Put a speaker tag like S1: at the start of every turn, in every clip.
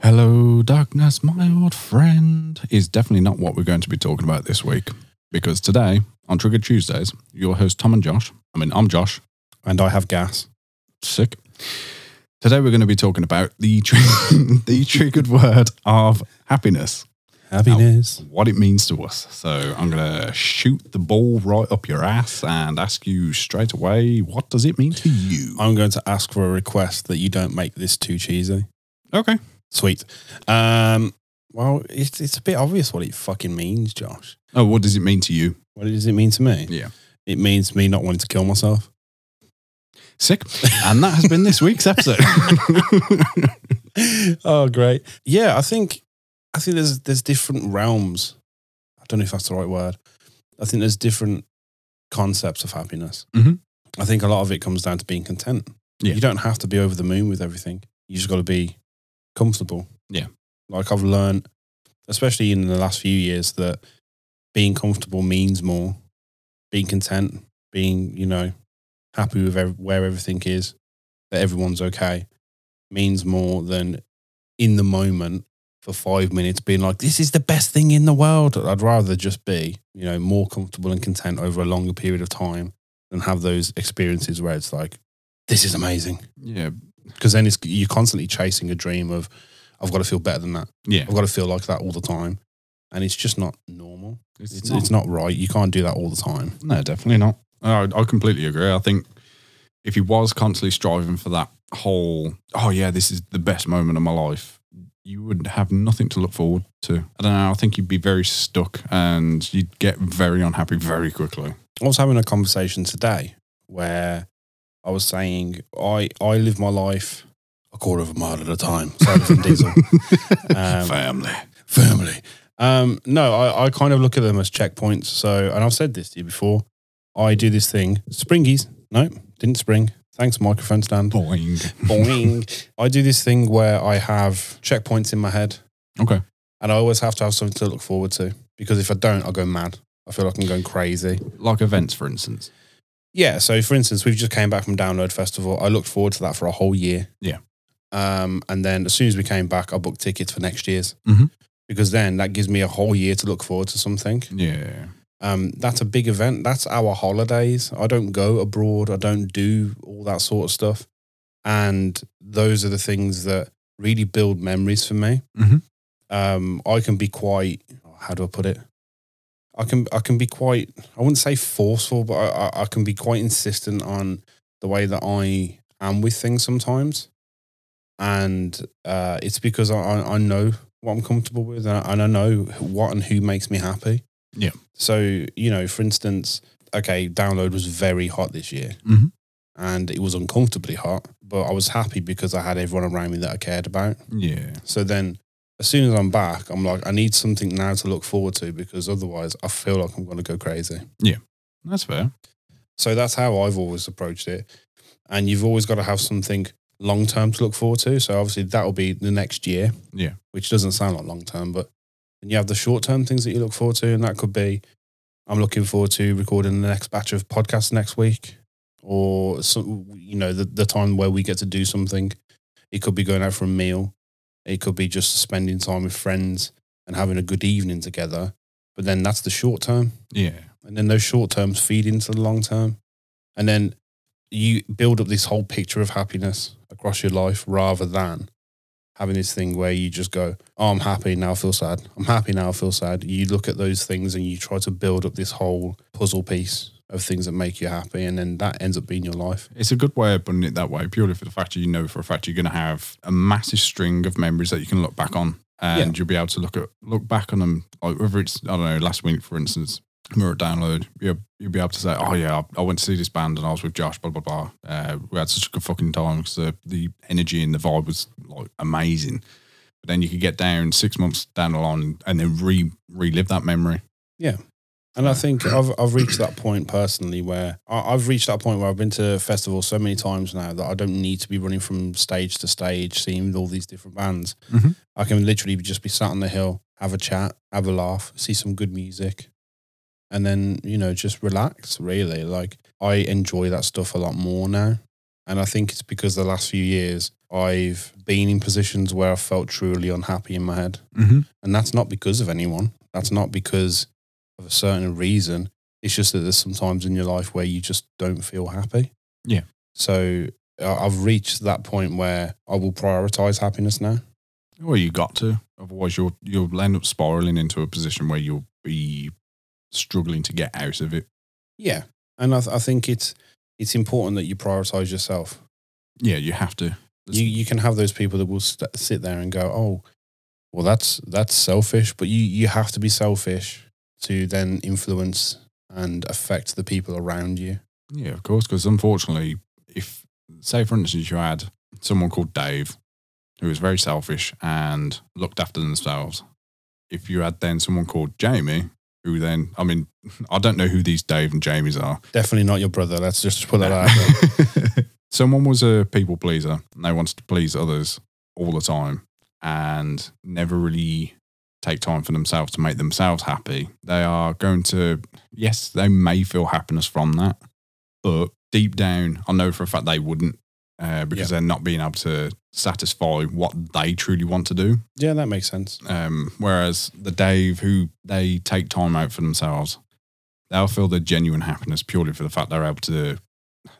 S1: Hello, darkness, my old friend, is definitely not what we're going to be talking about this week. Because today, on Trigger Tuesdays, your host Tom and Josh, I mean, I'm Josh,
S2: And I have gas.
S1: sick. Today, we're going to be talking about the, tri- the triggered word of happiness,
S2: Happiness.
S1: what it means to us. So, I'm going to shoot the ball right up your ass and ask you straight away, what does it mean to you?
S2: I'm going to ask for a request that you don't make this too cheesy.
S1: Okay.
S2: Sweet. Um, well, it's, it's a bit obvious what it fucking means, Josh.
S1: Oh, what does it mean to you?
S2: What does it mean to me?
S1: Yeah.
S2: It means me not wanting to kill myself.
S1: Sick. And that has been this week's episode.
S2: oh, great. Yeah, I think I think there's there's different realms. I don't know if that's the right word. I think there's different concepts of happiness.
S1: Mhm.
S2: I think a lot of it comes down to being content.
S1: Yeah.
S2: You don't have to be over the moon with everything. You just got to be comfortable.
S1: Yeah.
S2: Like I've learned, especially in the last few years, that being comfortable means more. Being content, being you know happy with ev- where everything is, that everyone's okay means more than in the moment for five minutes being like, this is the best thing in the world. I'd rather just be, you know, more comfortable and content over a longer period of time than have those experiences where it's like, this is amazing.
S1: yeah.
S2: Because then it's, you're constantly chasing a dream of, I've got to feel better than that.
S1: Yeah.
S2: I've got to feel like that all the time. And it's just not normal.
S1: It's,
S2: It's, it's not right. You can't do that all the time.
S1: No, definitely not. I, I completely agree. I think if he was constantly striving for that whole, oh yeah, this is the best moment of my life, you would have nothing to look forward to. I don't know. I think you'd be very stuck and you'd get very unhappy very quickly.
S2: I was having a conversation today where I was saying I I live my life a quarter of a mile at a time. Sorry, Vin Diesel. Um,
S1: Family.
S2: Family. Um, no, I, I kind of look at them as checkpoints. So, and I've said this to you before. I do this thing. Springies. No, didn't spring. Thanks, microphone stand.
S1: Boing.
S2: Boing. I do this thing where I have checkpoints in my head.
S1: Okay.
S2: And I always have to have something to look forward to because if I don't, I go mad. I feel like I'm going crazy.
S1: Like events, for instance.
S2: Yeah. So, for instance, we've just came back from Download Festival. I looked forward to that for a whole year.
S1: Yeah.
S2: Um, and then as soon as we came back, I booked tickets for next year's
S1: Mhm.
S2: because then that gives me a whole year to look forward to something.
S1: Yeah.
S2: Um, that's a big event. That's our holidays. I don't go abroad. I don't do all that sort of stuff. And those are the things that really build memories for me.
S1: Mhm.
S2: Um, I can be quite. oh, How do I put it? I can I can be quite. I wouldn't say forceful, but I, I, I can be quite insistent on the way that I am with things sometimes. And uh, it's because I- I, I know what I'm comfortable with, and I, and I know what and who makes me happy. So, you know, for instance, okay, download was very hot this year
S1: Mhm.
S2: and it was uncomfortably hot, but I was happy because I had everyone around me that I cared about.
S1: Yeah.
S2: So then, as soon as I'm back, I'm like, I need something now to look forward to because otherwise I feel like I'm going to go crazy.
S1: That's fair.
S2: So that's how I've always approached it. And you've always got to have something long term to look forward to. So obviously that'll be the next year.
S1: Yeah.
S2: Which doesn't sound like long term, but then you have the short term things that you look forward to. And that could be I'm looking forward to recording the next batch of podcasts next week or, some, you know, the, the time where we get to do something. It could be going out for a meal. It could be just spending time with friends and having a good evening together. But then that's the short term
S1: Yeah.
S2: and then those short terms feed into the long term and then you build up this whole picture of happiness across your life rather than having this thing where you just go oh i'm happy now i feel sad i'm happy now i feel sad you look at those things and you try to build up this whole puzzle piece of things that make you happy and then that ends up being your life
S1: It's a good way of putting it that way, purely for the fact that you know for a fact you're going to have a massive string of memories that you can look back on, and you'll be able to look at look back on them. Like whether it's I don't know, last week for instance, we were at download. You'll, you'll be able to say, oh yeah, I, I went to see this band and I was with Josh, blah blah blah. Uh, we had such a good fucking time because the, the energy and the vibe was like amazing. But then you could get down six months down the line and then re relive that memory.
S2: And I think I've I've reached that point personally where I, I've reached that point where I've been to festivals so many times now that I don't need to be running from stage to stage, seeing all these different bands.
S1: Mhm.
S2: I can literally just be sat on the hill, have a chat, have a laugh, see some good music, and then you know just relax. Really, like I enjoy that stuff a lot more now, And I think it's because the last few years I've been in positions where I felt truly unhappy in my head.
S1: Mm-hmm.
S2: And that's not because of anyone. That's not because of a certain reason. It's just that there's sometimes in your life where you just don't feel happy.
S1: Yeah.
S2: So I- I've reached that point where I will prioritize happiness now.
S1: Well, you got to. Otherwise, you'll you'll end up spiraling into a position where you'll be struggling to get out of it.
S2: Yeah. And I, th- I think it's it's important that you prioritize yourself.
S1: Yeah, you have to.
S2: You you can have those people that will st- sit there and go, "Oh, well that's that's selfish," but you you have to be selfish to then influence and affect the people around you.
S1: Yeah, of course. Because unfortunately, if say for instance you had someone called Dave, who was very selfish and looked after themselves, if you had then someone called Jamie, who then I mean I don't know who these Dave and Jamies are.
S2: Definitely not your brother. Let's just put that out there.
S1: someone was a people pleaser and they wanted to please others all the time and never really take time for themselves to make themselves happy. They are going to, yes, they may feel happiness from that, but deep down, I know for a fact they wouldn't uh, because they're not being able to satisfy what they truly want to do.
S2: Yeah, that makes sense.
S1: Um, whereas the Dave who they take time out for themselves, they'll feel their genuine happiness purely for the fact they're able to.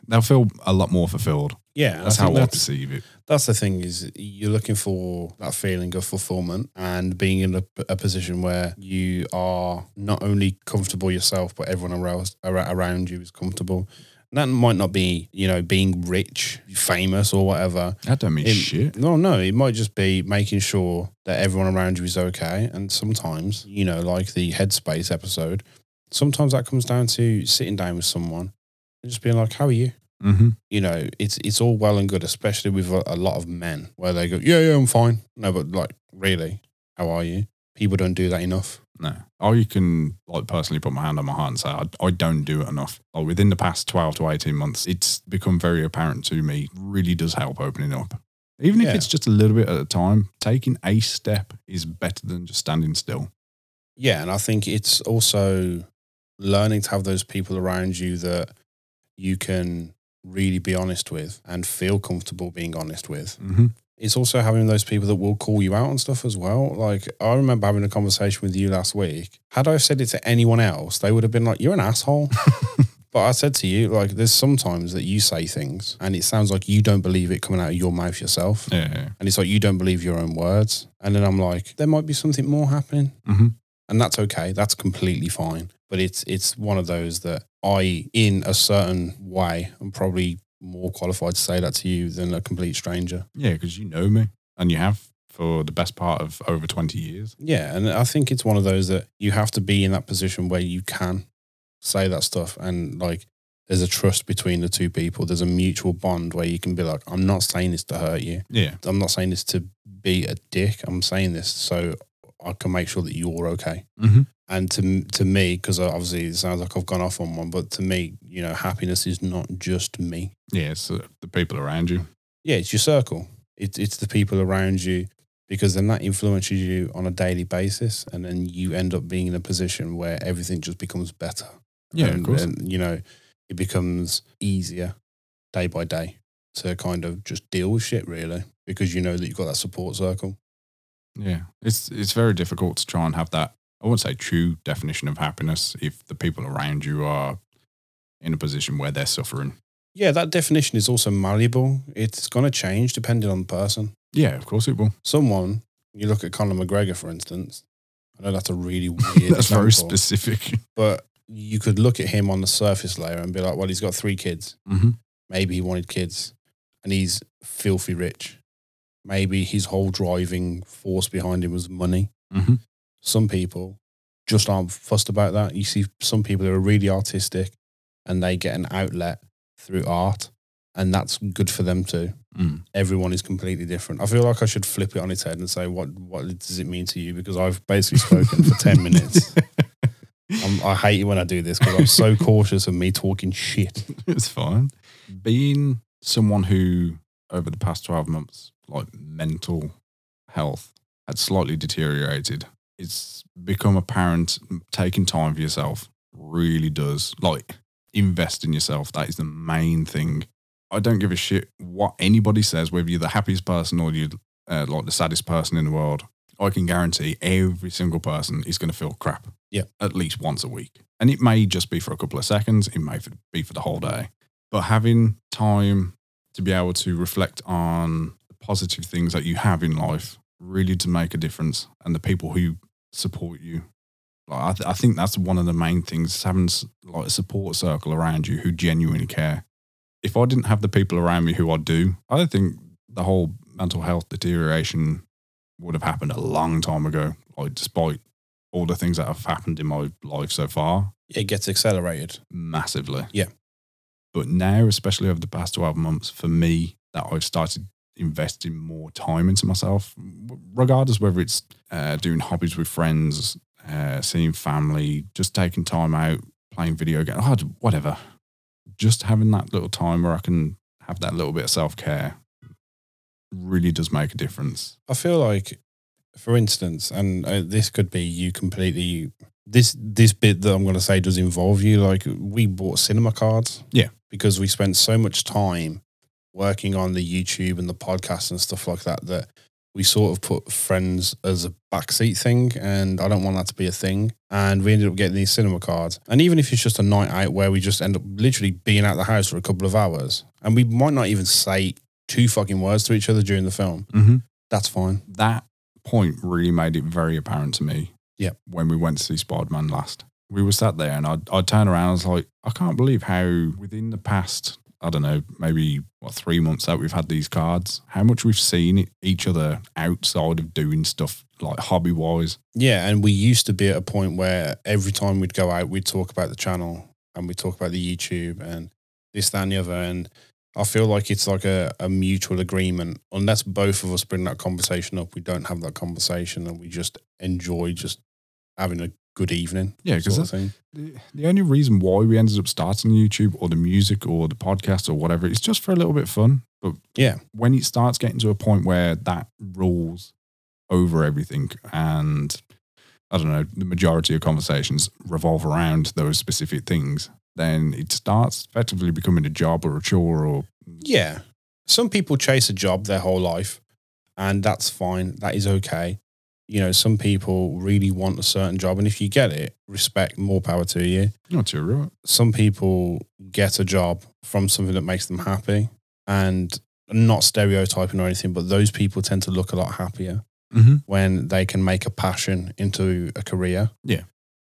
S1: They'll feel a lot more fulfilled.
S2: Yeah, I
S1: That's
S2: think
S1: how I
S2: that's,
S1: perceive it.
S2: that's the thing is you're looking for that feeling of fulfillment and being in a, a position where you are not only comfortable yourself, but everyone else ar- around you is comfortable. And that might not be, you know, being rich, famous, or whatever.
S1: That don't mean
S2: It-
S1: shit.
S2: No, no, it might just be making sure that everyone around you is okay. And sometimes, you know, like the headspace episode, sometimes that comes down to sitting down with someone and just being like, "How are you?"
S1: hmm
S2: you know, it's it's all well and good, especially with a, a lot of men where they go, yeah, yeah, I'm fine. No, but like, really, how are you? People don't do that enough.
S1: No, I can like personally put my hand on my heart and say I, I don't do it enough. Like within the past twelve to eighteen months, it's become very apparent to me. Really does help opening up, even
S2: Yeah.
S1: if it's just a little bit at a time. Taking a step is better than just standing still.
S2: Yeah, and I think it's also learning to have those people around you that you can really be honest with and feel comfortable being honest with.
S1: Mm-hmm.
S2: it's also having those people that will call you out on stuff as well. Like I remember having a conversation with you last week. Had I said it to anyone else, they would have been like, "You're an asshole." but I said to you, like, there's sometimes that you say things, and it sounds like you don't believe it coming out of your mouth yourself,
S1: Yeah.
S2: and it's like you don't believe your own words. And then I'm like, there might be something more happening,
S1: hmm
S2: and that's okay. That's completely fine. But it's it's one of those that I, in a certain way, am probably more qualified to say that to you than a complete stranger.
S1: Yeah, because you know me and you have for the best part of over 20 years.
S2: Yeah, and I think it's one of those that you have to be in that position where you can say that stuff and like there's a trust between the two people. There's a mutual bond where you can be like, I'm not saying this to hurt you.
S1: Yeah.
S2: I'm not saying this to be a dick. I'm saying this so I can make sure that you're okay.
S1: Mhm.
S2: And to to me, because obviously it sounds like I've gone off on one, but to me, you know, happiness is not just me.
S1: Yeah, it's uh, the people around you.
S2: Yeah, it's your circle. It's it's the people around you because then that influences you on a daily basis, and then you end up being in a position where everything just becomes better.
S1: Yeah,
S2: and,
S1: of course.
S2: and, you know, it becomes easier day by day to kind of just deal with shit really because you know that you've got that support circle.
S1: yeah. It's, it's very difficult to try and have that, I wouldn't say true definition of happiness if the people around you are in a position where they're suffering.
S2: Yeah, that definition is also malleable. It's going to change depending on the person.
S1: Yeah, of course it will.
S2: Someone, you look at Conor McGregor, for instance. I know that's a really weird.
S1: That's very
S2: example.
S1: specific.
S2: but you could look at him on the surface layer and be like, well, he's got three kids.
S1: hmm
S2: Maybe he wanted kids and he's filthy rich. Maybe his whole driving force behind him was money.
S1: hmm
S2: Some people just aren't fussed about that. You see some people who are really artistic and they get an outlet through art and that's good for them too.
S1: Mm.
S2: Everyone is completely different. I feel like I should flip it on its head and say, what, what does it mean to you? Because I've basically spoken for 10 minutes. I'm, I hate it when I do this because I'm so cautious of me talking shit.
S1: it's fine. Being someone who, over the past 12 months, like mental health had slightly deteriorated, it's become apparent taking time for yourself really does. Like, invest in yourself. That is the main thing. I don't give a shit what anybody says, whether you're the happiest person or you're uh, like the saddest person in the world. I can guarantee every single person is going to feel crap.
S2: Yeah.
S1: At least once a week. And it may just be for a couple of seconds, it may for, be for the whole day. But having time to be able to reflect on the positive things that you have in life really to make a difference and the people who support you. Like, I, th- I think that's one of the main things is having s- like a support circle around you who genuinely care. If I didn't have the people around me who I do, I don't think the whole mental health deterioration would have happened a long time ago. Like despite all the things that have happened in my life so far,
S2: It gets accelerated.
S1: massively.
S2: Yeah.
S1: But now, especially over the past 12 months, for me, that I've started investing more time into myself, w- regardless whether it's uh, doing hobbies with friends, uh, seeing family, just taking time out, playing video games, oh, whatever. Just having that little time where I can have that little bit of self care really does make a difference.
S2: I feel like, for instance, and uh, this could be you completely. This this bit that I'm going to say does involve you. Like we bought cinema cards,
S1: Yeah.
S2: because we spent so much time working on the YouTube and the podcast and stuff like that that we sort of put friends as a backseat thing, and I don't want that to be a thing. And we ended up getting these cinema cards, and even if it's just a night out where we just end up literally being out the house for a couple of hours, and we might not even say two fucking words to each other during the film,
S1: Mm-hmm.
S2: that's fine.
S1: that point really made it very apparent to me.
S2: Yep.
S1: When we went to see Spider Man last, we were sat there and I I turned around. I was like, I can't believe how within the past I don't know maybe what three months that we've had these cards. How much we've seen each other outside of doing stuff like hobby wise.
S2: Yeah, and we used to be at a point where every time we'd go out, we'd talk about the channel and we talk about the YouTube and this, that, and the other. And I feel like it's like a, a mutual agreement. Unless both of us bring that conversation up, we don't have that conversation and we just enjoy just having a good evening.
S1: Yeah,
S2: sort of
S1: because
S2: thing.
S1: the, the only reason why we ended up starting YouTube or the music or the podcast or whatever is just for a little bit of fun. But
S2: Yeah.
S1: when it starts getting to a point where that rules over everything and I don't know, the majority of conversations revolve around those specific things, then it starts effectively becoming a job or a chore or
S2: Yeah. Some people chase a job their whole life, and that's fine. That is okay. You know, some people really want a certain job, and if you get it, respect, more power to you.
S1: you know, to right?
S2: some people get a job from something that makes them happy and not stereotyping or anything, but those people tend to look a lot happier
S1: Mm-hmm.
S2: when they can make a passion into a career.
S1: Yeah.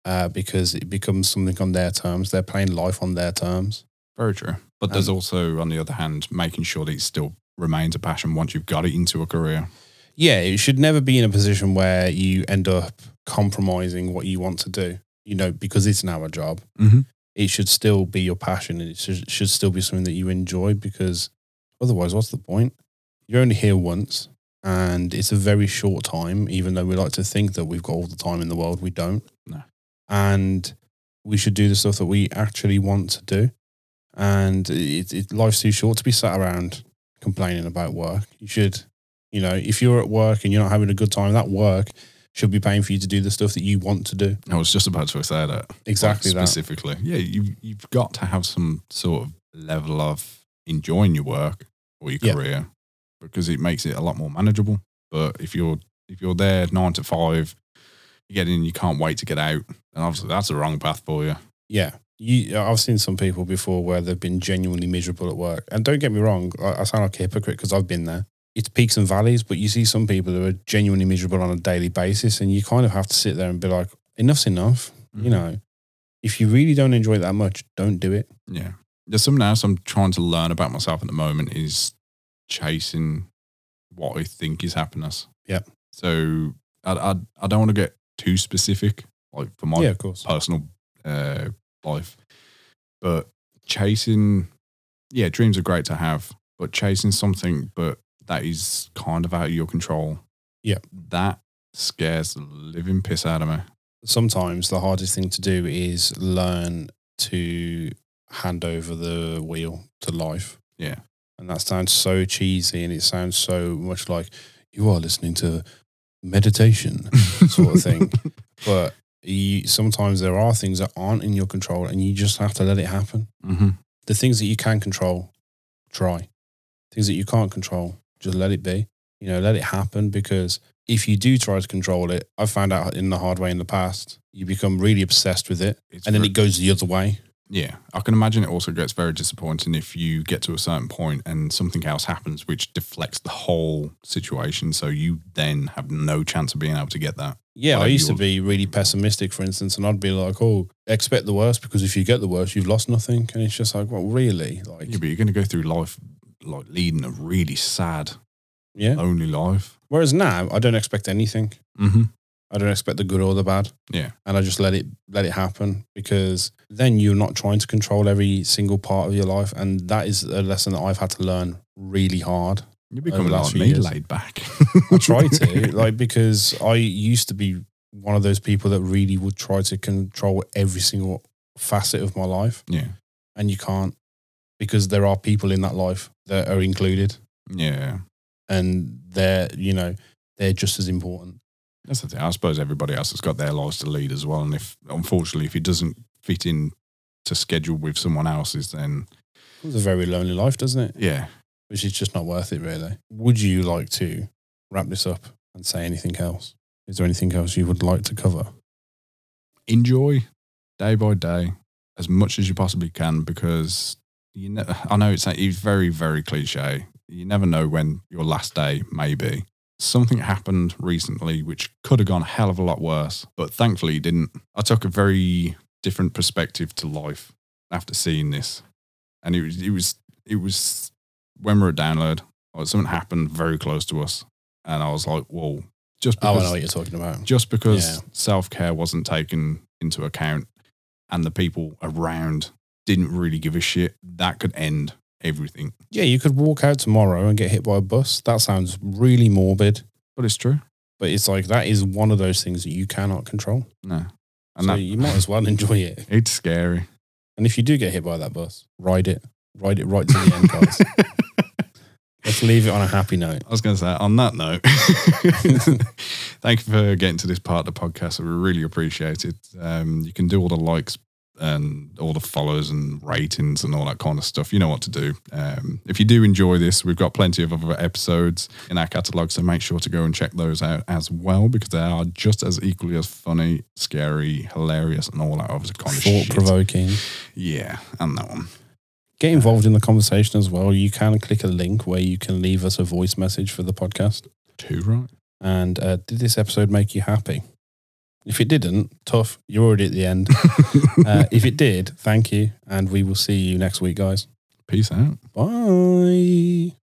S2: Uh, because it becomes something on their terms. They're playing life on their terms.
S1: Very true. But there's also, on the other hand, making sure that it still remains a passion once you've got it into a career.
S2: Yeah, it should never be in a position where you end up compromising what you want to do, you know, because it's now a job.
S1: Mm-hmm.
S2: it should still be your passion and it should, should still be something that you enjoy because otherwise, what's the point? You're only here once and it's a very short time, even though we like to think that we've got all the time in the world. We don't.
S1: No.
S2: And we should do the stuff that we actually want to do. And it, it, life's too short to be sat around complaining about work. You should, you know, if you're at work and you're not having a good time, that work should be paying for you to do the stuff that you want to do.
S1: I was just about to say that.
S2: Exactly
S1: Like,
S2: that.
S1: specifically. Yeah, you you've got to have some sort of level of enjoying your work or your
S2: Yeah.
S1: career because it makes it a lot more manageable. But if you're if you're there nine to five, you get in, you can't wait to get out, and obviously that's the wrong path for you.
S2: Yeah. You, I've seen some people before where they've been genuinely miserable at work. And don't get me wrong, I, I sound like a hypocrite because I've been there. It's peaks and valleys, but you see some people who are genuinely miserable on a daily basis, and you kind of have to sit there and be like, enough's enough. You
S1: Mm-hmm.
S2: know, if you really don't enjoy it that much, don't do it.
S1: Yeah. There's something else I'm trying to learn about myself at the moment is chasing what I think is happiness.
S2: Yep.
S1: So I I, I don't want to get too specific, like for my
S2: yeah, of course.
S1: personal uh, life. But chasing, yeah, dreams are great to have, but chasing something, but that is kind of out of your control.
S2: Yeah.
S1: That scares the living piss out of me.
S2: Sometimes the hardest thing to do is learn to hand over the wheel to life.
S1: Yeah.
S2: And that sounds so cheesy and it sounds so much like you are listening to meditation sort of thing. but you, sometimes there are things that aren't in your control and you just have to let it happen.
S1: hmm
S2: The things that you can control, try. Things that you can't control, just let it be. You know, let it happen because if you do try to control it, I've found out in the hard way in the past, you become really obsessed with it
S1: It's
S2: and then
S1: ver-
S2: it goes the other way.
S1: yeah, I can imagine it also gets very disappointing if you get to a certain point and something else happens which deflects the whole situation. So you then have no chance of being able to get that.
S2: Yeah, I
S1: Well,
S2: used to
S1: you'll-
S2: be really pessimistic, for instance, and I'd be like, "Oh, expect the worst because if you get the worst, you've lost nothing." And it's just like, "Well, really?" Like,
S1: Yeah, but you're going to go through life like leading a really sad,
S2: yeah.
S1: lonely life.
S2: Whereas now, I don't expect anything.
S1: Mm-hmm.
S2: I don't expect the good or the bad.
S1: Yeah.
S2: and I just let it let it happen because then you're not trying to control every single part of your life, and that is a lesson that I've had to learn really hard.
S1: You're
S2: Over
S1: becoming
S2: the last
S1: like
S2: few
S1: me,
S2: years.
S1: laid back.
S2: I try to like because I used to be one of those people that really would try to control every single facet of my life.
S1: yeah,
S2: and you can't because there are people in that life that are included
S1: yeah.
S2: and they're you know they're just as important
S1: That's the thing. I suppose everybody else has got their lives to lead as well. And if unfortunately, if it doesn't fit in to schedule with someone else's, then
S2: it's a very lonely life doesn't it
S1: yeah,
S2: which is just not worth it really would you like to wrap this up and say anything else is there anything else you would like to cover
S1: enjoy day by day as much as you possibly can because you know I know it's, it's very very cliche. You never know when your last day may be. Something happened recently which could have gone a hell of a lot worse, but thankfully it didn't. I took a very different perspective to life after seeing this, and it was it was it was when we were at download, like something happened very close to us, and I was like, whoa. Just
S2: oh i
S1: because
S2: know what you're talking about
S1: just because
S2: Yeah.
S1: self care wasn't taken into account and the people around didn't really give a shit, that could end everything.
S2: yeah you could walk out tomorrow and get hit by a bus that sounds really morbid
S1: But it's true.
S2: but it's like that is one of those things that you cannot control
S1: No. And
S2: and so
S1: that,
S2: you might as well enjoy it
S1: it's scary.
S2: and if you do get hit by that bus ride it ride it right to the end guys Let's leave it on a happy note.
S1: I was going to say, on that note, thank you for getting to this part of the podcast. We really appreciate it. Um, you can do all the likes and all the follows and ratings and all that kind of stuff. You know what to do. Um, if you do enjoy this, we've got plenty of other episodes in our catalogue, so make sure to go and check those out as well because they are just as equally as funny, scary, hilarious, and all that other kind of
S2: Thought
S1: Oh, shit.
S2: provoking.
S1: yeah, and that one.
S2: Get involved in the conversation as well. You can click a link where you can leave us a voice message for the podcast.
S1: Too right.
S2: And uh, did this episode make you happy? If it didn't, tough. You're already at the end. Uh, if it did, thank you. And we will see you next week, guys.
S1: Peace out.
S2: Bye.